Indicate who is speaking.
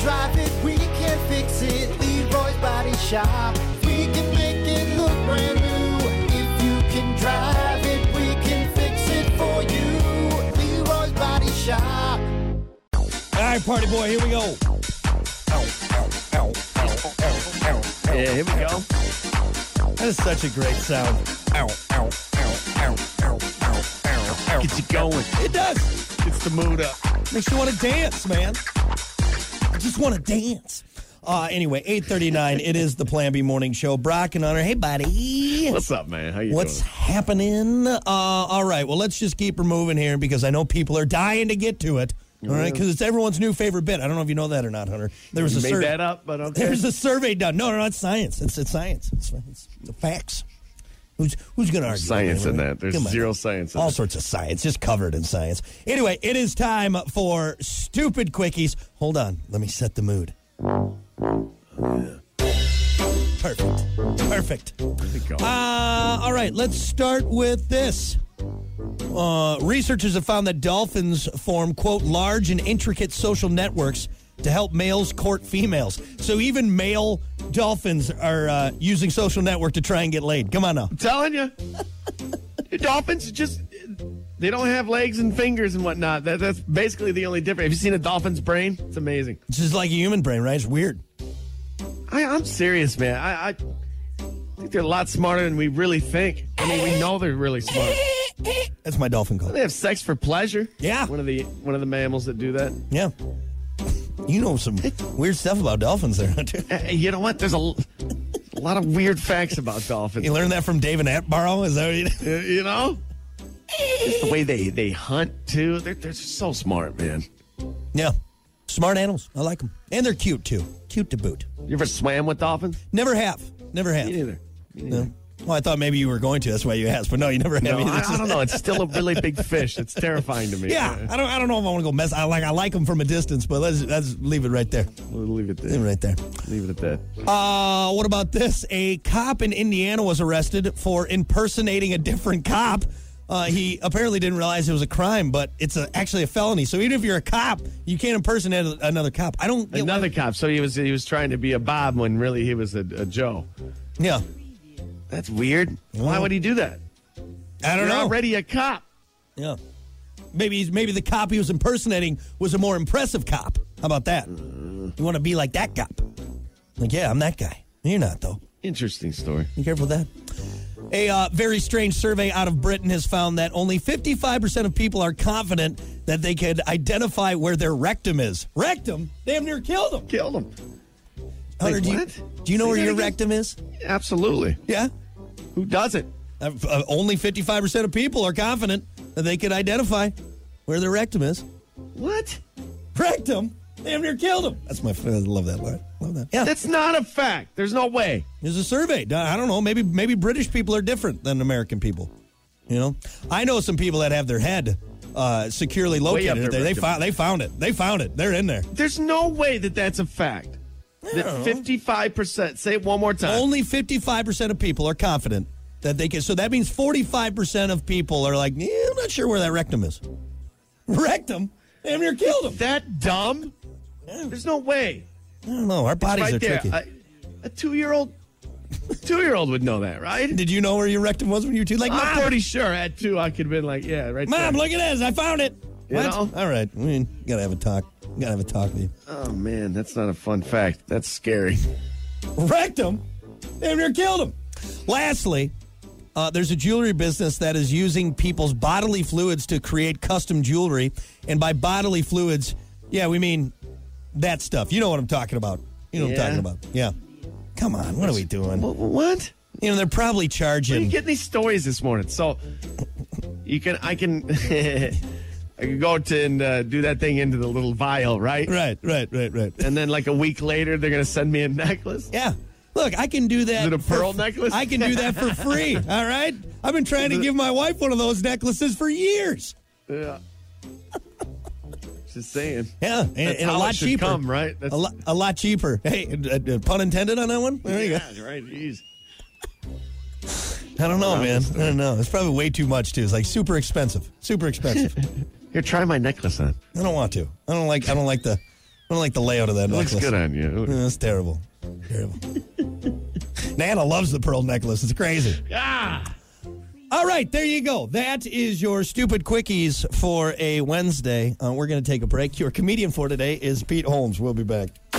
Speaker 1: drive it, we can fix it. Leroy's Body Shop. We can make it look brand new. If you can drive it, we can fix it for you. Leroy's Body Shop.
Speaker 2: All right, party boy, here we go. Yeah, here we go. That's such a great sound.
Speaker 3: Get you going.
Speaker 2: It does.
Speaker 3: Gets the mood up.
Speaker 2: Makes you want to dance, man. I just want to dance. Uh, anyway, 839, it is the Plan B Morning Show. Brock and Hunter, hey, buddy.
Speaker 3: What's up, man? How you
Speaker 2: What's
Speaker 3: doing?
Speaker 2: happening? Uh, all right, well, let's just keep her moving here because I know people are dying to get to it. All right, because it's everyone's new favorite bit. I don't know if you know that or not, Hunter. There was a
Speaker 3: You made
Speaker 2: sur-
Speaker 3: that up, but okay.
Speaker 2: There's a survey done. No, no, no, it's science. It's, it's science. It's, it's, it's facts. Who's who's going to argue? with
Speaker 3: Science
Speaker 2: me,
Speaker 3: in
Speaker 2: right?
Speaker 3: that. There's
Speaker 2: Come on.
Speaker 3: zero science in
Speaker 2: All
Speaker 3: it.
Speaker 2: sorts of science, just covered in science. Anyway, it is time for stupid quickies. Hold on, let me set the mood.
Speaker 3: Oh,
Speaker 2: Perfect. Perfect.
Speaker 3: Go.
Speaker 2: Uh, all right, let's start with this. Uh, researchers have found that dolphins form, quote, large and intricate social networks to help males court females. So even male dolphins are uh, using social network to try and get laid. Come on now.
Speaker 3: telling you, the dolphins just they don't have legs and fingers and whatnot. That, that's basically the only difference. Have you seen a dolphin's brain? It's amazing.
Speaker 2: It's just like a human brain, right? It's weird.
Speaker 3: I, I'm serious, man. I, I think they're a lot smarter than we really think. I mean, we know they're really smart.
Speaker 2: That's my dolphin call.
Speaker 3: They have sex for pleasure.
Speaker 2: Yeah.
Speaker 3: one of the one of the mammals that do that.
Speaker 2: Yeah. You know some weird stuff about dolphins there, Hunter.
Speaker 3: Hey, Eh, you know what? There's a, l- a lot of weird facts about dolphins.
Speaker 2: You learned that from David Attenborough? Is that what you
Speaker 3: Uh, You know, just the way they they hunt too. They're they're so smart, man.
Speaker 2: Yeah. Smart animals. I like them. And they're cute, too. Cute to boot.
Speaker 3: You ever swam with dolphins?
Speaker 2: Never have. Never have.
Speaker 3: Me neither. Me neither.
Speaker 2: Well, I thought maybe you were going to. That's why you asked, but no, you never have.
Speaker 3: No,
Speaker 2: either.
Speaker 3: I, I don't know. It's still a really big fish. It's terrifying to me.
Speaker 2: Yeah, I don't. I don't know if I want to go mess. I like. I like them from a distance, but let's let's leave it right there.
Speaker 3: We'll leave it
Speaker 2: Leave it
Speaker 3: there.
Speaker 2: right there.
Speaker 3: Leave it at that.
Speaker 2: Uh, what about this? A cop in Indiana was arrested for impersonating a different cop. Uh, he apparently didn't realize it was a crime, but it's a, actually a felony. So even if you're a cop, you can't impersonate a- another cop. I don't. Get why-
Speaker 3: Another cop. So he was he was trying to be a Bob when really he was a, a Joe.
Speaker 2: yeah,
Speaker 3: That's weird. Why would he do that?
Speaker 2: I don't
Speaker 3: You're
Speaker 2: know.
Speaker 3: already a cop.
Speaker 2: Yeah, maybe he's, maybe the cop he was impersonating was a more impressive cop. How about that? You want to be like that cop? Like, yeah, I'm that guy. You're not though.
Speaker 3: Interesting story.
Speaker 2: Be careful with that. A uh, very strange survey out of Britain has found that only 55% of people are confident that they could identify where their rectum is. Rectum? Damn near killed them.
Speaker 3: Killed him.
Speaker 2: Hunter, do, you,
Speaker 3: what?
Speaker 2: do you know
Speaker 3: Say
Speaker 2: where
Speaker 3: that
Speaker 2: your
Speaker 3: again?
Speaker 2: rectum is?
Speaker 3: Absolutely.
Speaker 2: Yeah.
Speaker 3: Who doesn't?
Speaker 2: Uh, f- uh, only 55% of people are confident that they could identify where their rectum is.
Speaker 3: What?
Speaker 2: Rectum? Damn near killed them. That's my, f- I love that line. Love that. Yeah.
Speaker 3: That's not a fact. There's no way.
Speaker 2: There's a survey. I don't know. Maybe maybe British people are different than American people. You know, I know some people that have their head uh, securely
Speaker 3: up
Speaker 2: located.
Speaker 3: their
Speaker 2: They, they,
Speaker 3: rectum.
Speaker 2: found, they found it. They found it. They're in there.
Speaker 3: There's no way that that's a fact. That 55%. Say it one more time.
Speaker 2: Only 55% of people are confident that they can. So that means 45% of people are like, "Yeah, I'm not sure where that rectum is. Rectum? Damn near killed them.
Speaker 3: that dumb? There's no way.
Speaker 2: I don't know. Our bodies
Speaker 3: right
Speaker 2: are
Speaker 3: there.
Speaker 2: tricky.
Speaker 3: A, a two-year-old, two-year-old would know that, right?
Speaker 2: Did you know where your rectum was when you were two? Like,
Speaker 3: I'm
Speaker 2: mom,
Speaker 3: pretty sure at two I could have been like, yeah, right.
Speaker 2: mom,
Speaker 3: there.
Speaker 2: look at this. I found it.
Speaker 3: You
Speaker 2: What?
Speaker 3: know?
Speaker 2: All right. I mean, gotta have a talk. Gotta have a talk with you.
Speaker 3: Oh man, that's not a fun fact. That's scary.
Speaker 2: wrecked him, damn near killed him. Lastly, uh, there's a jewelry business that is using people's bodily fluids to create custom jewelry. And by bodily fluids, yeah, we mean that stuff. You know what I'm talking about. You know what
Speaker 3: Yeah.
Speaker 2: I'm talking about. Yeah. Come on, what are we doing?
Speaker 3: Wh- What?
Speaker 2: You know, they're probably
Speaker 3: You
Speaker 2: charging.
Speaker 3: get these stories this morning, so you can I can I can go to and uh, do that thing into the little vial, right?
Speaker 2: Right, right, right, right.
Speaker 3: And then like a week later, they're gonna send me a necklace.
Speaker 2: Yeah. Look, I can do that.
Speaker 3: Is it a
Speaker 2: for-
Speaker 3: pearl necklace?
Speaker 2: I can do that for free. All right. I've been trying to give my wife one of those necklaces for years.
Speaker 3: Yeah. Just saying.
Speaker 2: Yeah, and,
Speaker 3: That's
Speaker 2: and a
Speaker 3: how it
Speaker 2: lot
Speaker 3: should
Speaker 2: cheaper.
Speaker 3: come, right? That's-
Speaker 2: a lot, a lot cheaper. Hey, uh, uh, pun intended on that one. There you go.
Speaker 3: Yeah, right. Jeez.
Speaker 2: I don't know, man. I don't know. It's probably way too much too. It's like super expensive. Super expensive.
Speaker 3: Here, try my necklace on.
Speaker 2: I don't want to. I don't like. I don't like the. don't like the layout of that
Speaker 3: Looks
Speaker 2: necklace.
Speaker 3: good on you.
Speaker 2: Yeah, That's terrible. Terrible. Nana loves the pearl necklace. It's crazy.
Speaker 3: Ah!
Speaker 2: All right, there you go. That is your stupid quickies for a Wednesday. Uh, we're going to take a break. Your comedian for today is Pete Holmes. We'll be back.